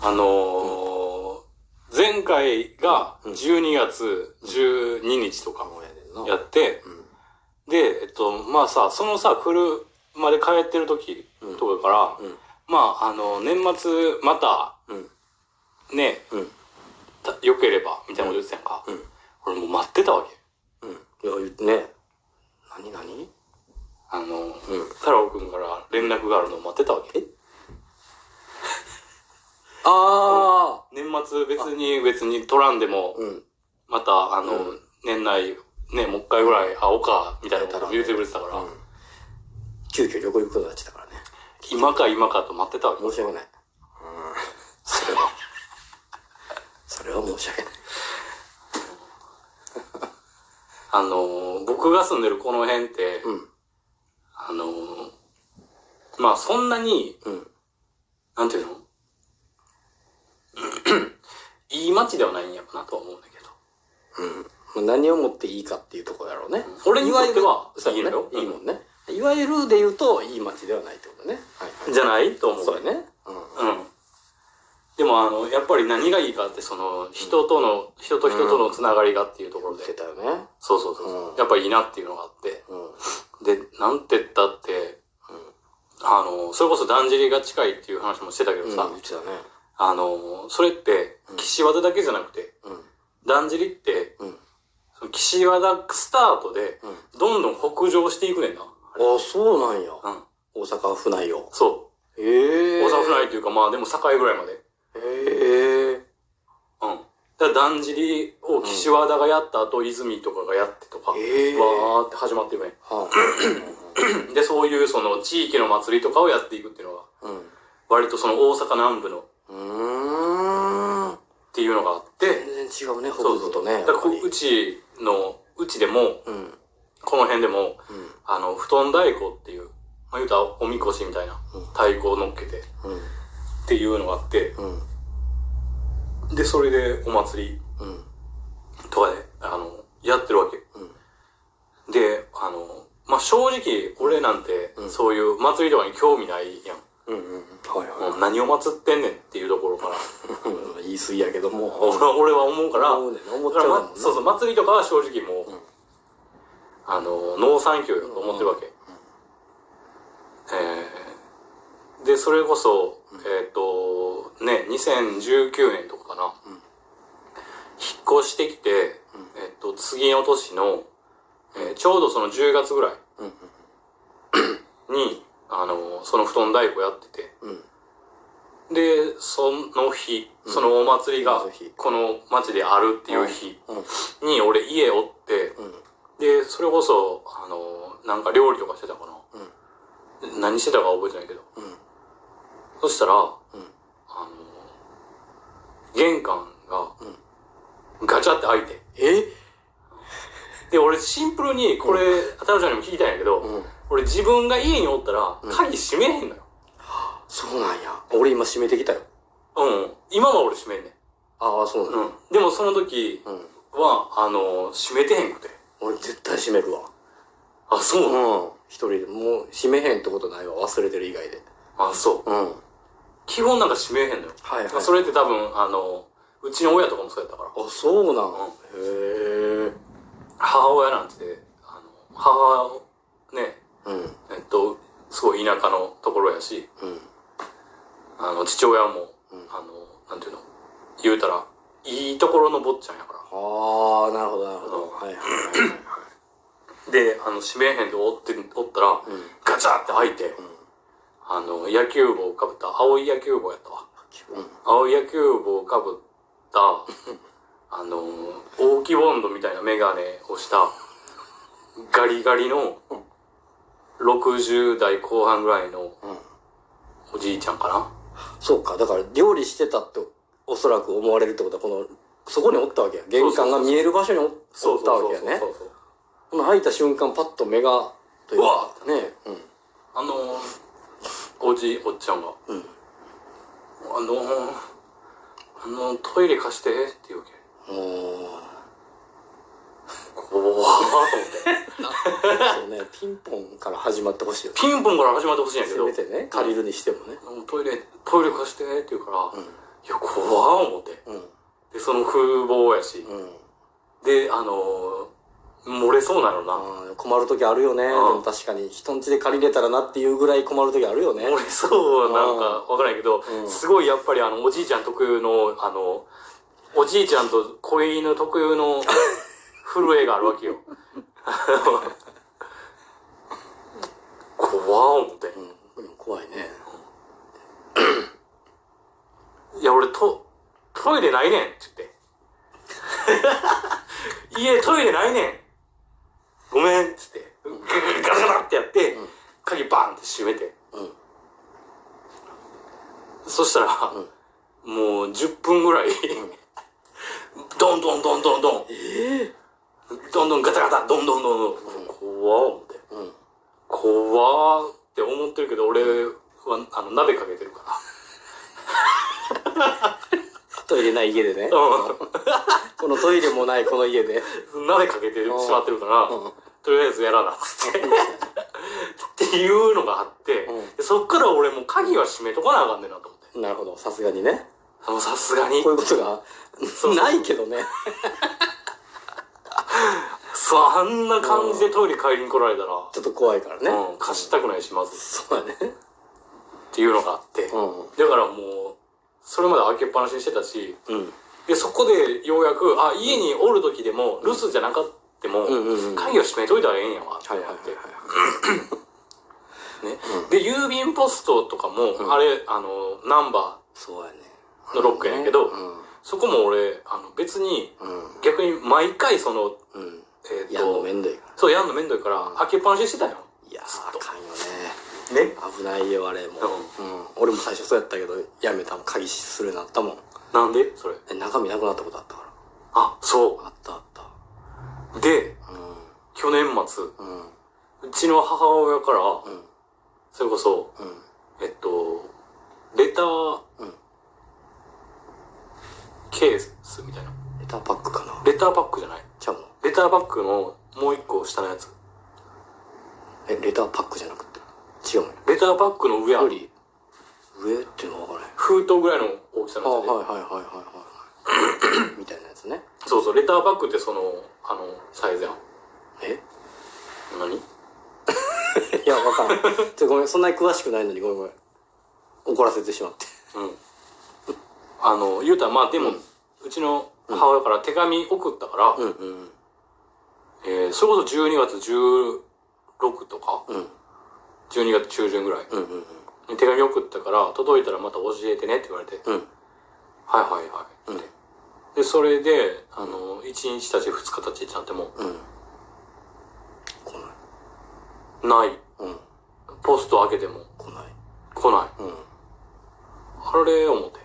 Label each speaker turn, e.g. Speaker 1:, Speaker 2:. Speaker 1: あのー前回が
Speaker 2: うん
Speaker 1: 12月12日とか
Speaker 2: もやねんな。
Speaker 1: やって、
Speaker 2: うん。
Speaker 1: で、えっと、まあさ、そのさ、車で帰ってる時とかから、
Speaker 2: うん。
Speaker 1: まあ、あの、年末また、
Speaker 2: うん。
Speaker 1: ね、
Speaker 2: うん。
Speaker 1: た良ければ、みたいなこと言ってたやんか。
Speaker 2: うん。
Speaker 1: 俺もう待ってたわけ。
Speaker 2: うん。いや、言うね。何何
Speaker 1: あの、
Speaker 2: うん。
Speaker 1: 太郎くんから連絡があるのを待ってたわけ。
Speaker 2: あ
Speaker 1: 年末別に別に取らんでも
Speaker 2: あ、うん。
Speaker 1: また、あの、
Speaker 2: う
Speaker 1: 年内、ね、もう一回ぐらい会おうか、みたいなこと言うてくれてたから、
Speaker 2: うん急遽旅行行くことになっちゃったからね。
Speaker 1: 今か今かと待ってたわけ。
Speaker 2: 申し訳ない。うん。それは。それは申し訳ない。
Speaker 1: あの、僕が住んでるこの辺って、
Speaker 2: うん。
Speaker 1: あの、まあそんなに、
Speaker 2: うん。
Speaker 1: なんていうの いい街ではないんやろなとは思うんだけど。
Speaker 2: うん。まあ何をもっていいかっていうところやろうね。
Speaker 1: 俺にとっては
Speaker 2: そう
Speaker 1: いいの
Speaker 2: やね
Speaker 1: よ。
Speaker 2: いいもんね。いわゆるで言うと、いい街ではないってことね。はい。
Speaker 1: じゃないと思う。
Speaker 2: そうやね。う
Speaker 1: うん。でもあの、やっぱり何がいいかって、その、人との、人と人とのつながりがっていうところ
Speaker 2: ん。
Speaker 1: で
Speaker 2: 言っ、てたよね。
Speaker 1: そうそうそうそう、
Speaker 2: うん
Speaker 1: やっぱりいいなっていうのがあって。
Speaker 2: うん。うん。
Speaker 1: で、なんて言ったって、あの、それこそだんじりが近いっていう話もしてたけどさ、
Speaker 2: 言ってたね。
Speaker 1: あの、それって
Speaker 2: う、ん
Speaker 1: 岸和田だけじゃなくて、
Speaker 2: うん。
Speaker 1: だんじりって、
Speaker 2: うん。
Speaker 1: その岸和田スタートで、
Speaker 2: うん。
Speaker 1: どんどん北上していくねんな。
Speaker 2: あ、そうなんや。
Speaker 1: うん。
Speaker 2: 大阪府内を。
Speaker 1: そ
Speaker 2: え
Speaker 1: う。
Speaker 2: え
Speaker 1: 大阪府内というか、まあでも境ぐらいまで。
Speaker 2: ええ
Speaker 1: うん。だからだんじりを岸和田がやった後、泉とかがやってとか、
Speaker 2: ええ
Speaker 1: わーって始まっていくね。
Speaker 2: は
Speaker 1: で、そういうその地域の祭りとかをやっていくっていうのが、
Speaker 2: あ。うん。
Speaker 1: 割とその大阪南部のっ
Speaker 2: うーん。
Speaker 1: ていうのがあって、
Speaker 2: 全然違うね、北
Speaker 1: そう
Speaker 2: 部
Speaker 1: そう
Speaker 2: とね。やっ
Speaker 1: だから
Speaker 2: ぱ
Speaker 1: こ
Speaker 2: り
Speaker 1: うちの、うちでも、
Speaker 2: うん。うん。
Speaker 1: この辺でも、あの、布団太鼓っていう、まあ、言うたらおみこしみたいな
Speaker 2: うん
Speaker 1: 太鼓を乗っけてっ
Speaker 2: うん。
Speaker 1: ていうのがあって、
Speaker 2: うん。
Speaker 1: で、それでお祭り
Speaker 2: うん。
Speaker 1: とかで、あの、やってるわけ。
Speaker 2: うん。
Speaker 1: で、あの、まあ、正直、俺なんて
Speaker 2: う、ん
Speaker 1: そういう祭りとかに興味ないやん。
Speaker 2: うん。うん。はい
Speaker 1: もう
Speaker 2: は
Speaker 1: 何を祭ってんねんっていうところから、
Speaker 2: い。うん言い過ぎやけども。
Speaker 1: 俺は俺は思うから、
Speaker 2: 思うねんな思っ
Speaker 1: だ
Speaker 2: ち
Speaker 1: か
Speaker 2: ゃ
Speaker 1: ら
Speaker 2: う
Speaker 1: ま
Speaker 2: もんね。
Speaker 1: そうそう、祭りとかは正直もう、
Speaker 2: うん
Speaker 1: あの、ノーサンキューよと思ってるわけ。えーで、それこそ、えっ、と、ね、2019年とかかな、
Speaker 2: うん
Speaker 1: 引っ越してきて、えっ、と、次の年の、えーちょうどその10月ぐらい
Speaker 2: うん。
Speaker 1: に、あの、その布団太鼓やってて、
Speaker 2: うん。うん。
Speaker 1: で、その日、
Speaker 2: うん
Speaker 1: そのお祭りが
Speaker 2: その日、
Speaker 1: この町であるっていう日
Speaker 2: うん。
Speaker 1: に、俺家おって、
Speaker 2: うん。
Speaker 1: で、それこそ、あの、なんか料理とかしてたか
Speaker 2: うん。
Speaker 1: な。何してたか覚えてないけど。
Speaker 2: うん。
Speaker 1: そしたら、あの、
Speaker 2: うん。
Speaker 1: 玄関が
Speaker 2: うん、
Speaker 1: ガチャって開いて。
Speaker 2: え
Speaker 1: で、俺シンプルに、これ、太郎ちゃんにも聞いたんやけど、
Speaker 2: うん。
Speaker 1: 俺自分が家におったら
Speaker 2: うん、
Speaker 1: 鍵閉めへんのよ。
Speaker 2: そうなんや。俺今閉めてきたよ。
Speaker 1: うん。今は俺閉めんねん。
Speaker 2: ああ、そうなん
Speaker 1: う
Speaker 2: や。
Speaker 1: ん。でもその時
Speaker 2: うん。
Speaker 1: は、あの、閉めてへんくて。
Speaker 2: 俺絶対閉めるわ。
Speaker 1: あ、そう
Speaker 2: う
Speaker 1: なの
Speaker 2: ん。一人で。もう閉めへんってことないわ。忘れてる以外で。
Speaker 1: あ、そう。
Speaker 2: うん。はい
Speaker 1: 基本なんか閉めへんのよ。
Speaker 2: はい。
Speaker 1: それって多分、あの、うちの親とかもそうやったから。
Speaker 2: あ、そうなん。へえ。
Speaker 1: 母親なんて、あの、母、ね、
Speaker 2: うん。
Speaker 1: えっと、すごい田舎のところやし、
Speaker 2: うん。
Speaker 1: あの、父親も、
Speaker 2: うん
Speaker 1: あの、なんていうの、言うたら、いいところの坊ちゃんやか
Speaker 2: ああ、なるほど、なるほど。はいはいはいはい。
Speaker 1: ら。で、あの、閉めへんでおって、おったら、
Speaker 2: うん。うん。
Speaker 1: ガチャって開いて、あの、野球帽をかぶった、青い野球帽やったわ。青い野球帽をかぶった、 あの、大木ボンドみたいなメガネをした、ガリガリの、60代後半ぐらいの
Speaker 2: うん。うん。
Speaker 1: おじいちゃんかな。
Speaker 2: そうか。だから料理してたと、おそらく思われるってことは、この、そこにおったわけや。玄関が見える場所におおったわけやね
Speaker 1: そ。うそうそう
Speaker 2: ほな開いた瞬間、パッと目が、という
Speaker 1: うわ
Speaker 2: か、ね。うん。
Speaker 1: あのー、おじいおっちゃんが「
Speaker 2: うん。
Speaker 1: あのー、あのートイレ貸して」って言うわけ
Speaker 2: もう。
Speaker 1: 怖ーと思って
Speaker 2: そうね、ピンポンから始まってほしいよ。
Speaker 1: ピンポンから始まってほしいんやけ
Speaker 2: せ
Speaker 1: ど
Speaker 2: めてね、借りるにしてもね。
Speaker 1: 「あのトイレトイレ貸して」って言うから、
Speaker 2: うん。
Speaker 1: いや、怖っ思って。
Speaker 2: うん。
Speaker 1: で、その風貌やし。
Speaker 2: うん。
Speaker 1: で、あのー漏れそうなのな。
Speaker 2: うん困る時あるよね。
Speaker 1: ん
Speaker 2: でも確かに、人ん家で借りれたらなっていうぐらい困る時あるよね。
Speaker 1: 漏れそうなんかわからないけど、
Speaker 2: うん
Speaker 1: すごいやっぱりあの、おじいちゃん特有の、あの、おじいちゃんと子犬特有の震えがあるわ けよ。怖っ思って。
Speaker 2: うん。うん怖いね。
Speaker 1: いや、俺、ト、トイレないねんって 言って。家トイレないねんごめんって言って、ガガガガガってやって、
Speaker 2: うん
Speaker 1: 鍵バーンって閉めて。
Speaker 2: うん。
Speaker 1: そしたら、もう10分ぐらい、どんどんどんどんどん、
Speaker 2: え
Speaker 1: どんどんガタガタ、どんどんどんどん、怖っ思って。
Speaker 2: えうん。
Speaker 1: 怖ーって思ってるけど、俺は、あの、鍋かけてるから。
Speaker 2: トイレない家でね。このトイレもないこの家で。
Speaker 1: 鍋かけてしまってるから、
Speaker 2: うん。
Speaker 1: とりあえずやらなっつってっていうのがあって、
Speaker 2: うん
Speaker 1: でそっから俺もう鍵は閉めとかなあかんねんなと思って
Speaker 2: なるほど、さすがにね。
Speaker 1: あのさすがに
Speaker 2: こういうことが
Speaker 1: うそう
Speaker 2: ないけどね。
Speaker 1: そうあんな感じでトイレ帰りに来られたら、
Speaker 2: ちょっと怖いからね。
Speaker 1: うん、貸したくないしまず
Speaker 2: そうだね。
Speaker 1: っていうのがあって、だ
Speaker 2: う
Speaker 1: からもうそれまで開けっぱなしにしてたし
Speaker 2: ん。うん。
Speaker 1: でそこでようやくあ家におる時でも留守じゃなかっても、
Speaker 2: うんうんうん。
Speaker 1: 鍵を閉めといたらええんやわって
Speaker 2: はいはい
Speaker 1: な
Speaker 2: は
Speaker 1: っ
Speaker 2: い
Speaker 1: て、
Speaker 2: は
Speaker 1: ねで郵便ポストとかも、
Speaker 2: うん
Speaker 1: あれあのナンバ
Speaker 2: い。そうやね。
Speaker 1: ーのロックやねんけど、
Speaker 2: うん。
Speaker 1: そこも俺あの別に
Speaker 2: うん。
Speaker 1: 逆に毎回その、
Speaker 2: うん。
Speaker 1: えー
Speaker 2: やんの
Speaker 1: と
Speaker 2: めんどいか
Speaker 1: そうやんの面倒いから開けっぱなしにしてたよ
Speaker 2: ら。いやー、あかんよね。
Speaker 1: ね
Speaker 2: 危ないよ、あれも。うん。俺も最初そうやったけど、やめたもん。鍵するようになったもん。
Speaker 1: なんでそれ
Speaker 2: え中身なくなったことあったから。
Speaker 1: あそ
Speaker 2: あったあった。
Speaker 1: うで
Speaker 2: う
Speaker 1: 去年末
Speaker 2: ん。うん。
Speaker 1: うちの母親から
Speaker 2: うん。
Speaker 1: それこそ
Speaker 2: うん。
Speaker 1: えっとレター
Speaker 2: うん。
Speaker 1: ケースみたいな
Speaker 2: レターパックかな。
Speaker 1: レターパックじゃない
Speaker 2: ちゃうの
Speaker 1: レターパックのもう一個下のやつ
Speaker 2: え、レターパックじゃなくて。違うのよ。
Speaker 1: レターパックの上あ
Speaker 2: よ
Speaker 1: る
Speaker 2: り上っていうのは分からへん。
Speaker 1: 封筒ぐらいの大きさ
Speaker 2: あ
Speaker 1: の
Speaker 2: は
Speaker 1: や
Speaker 2: い
Speaker 1: つ
Speaker 2: はい
Speaker 1: で
Speaker 2: はいはいはいはい みたいなやつね
Speaker 1: そうそうレターパックってそのあのサイズやん
Speaker 2: え
Speaker 1: 何
Speaker 2: いやわからんちょごめんそんなに詳しくないのにごめんごめん怒らせてしまって
Speaker 1: うん。あの、言うたら、まあでも、うちの母親から手紙送ったから、
Speaker 2: うんうん
Speaker 1: えー、それこそ12月16とか、
Speaker 2: うん
Speaker 1: 12月中旬ぐらい
Speaker 2: うんうん
Speaker 1: に手紙送ったから、届いたらまた教えてねって言われて、
Speaker 2: うん
Speaker 1: はいはいはい。
Speaker 2: うん
Speaker 1: で、それで、あの、1日たち2日たちってなっても、
Speaker 2: うん来ない
Speaker 1: ない。
Speaker 2: うん
Speaker 1: ポスト開けても
Speaker 2: 来ない
Speaker 1: 来ない。
Speaker 2: うん
Speaker 1: あれ、思って。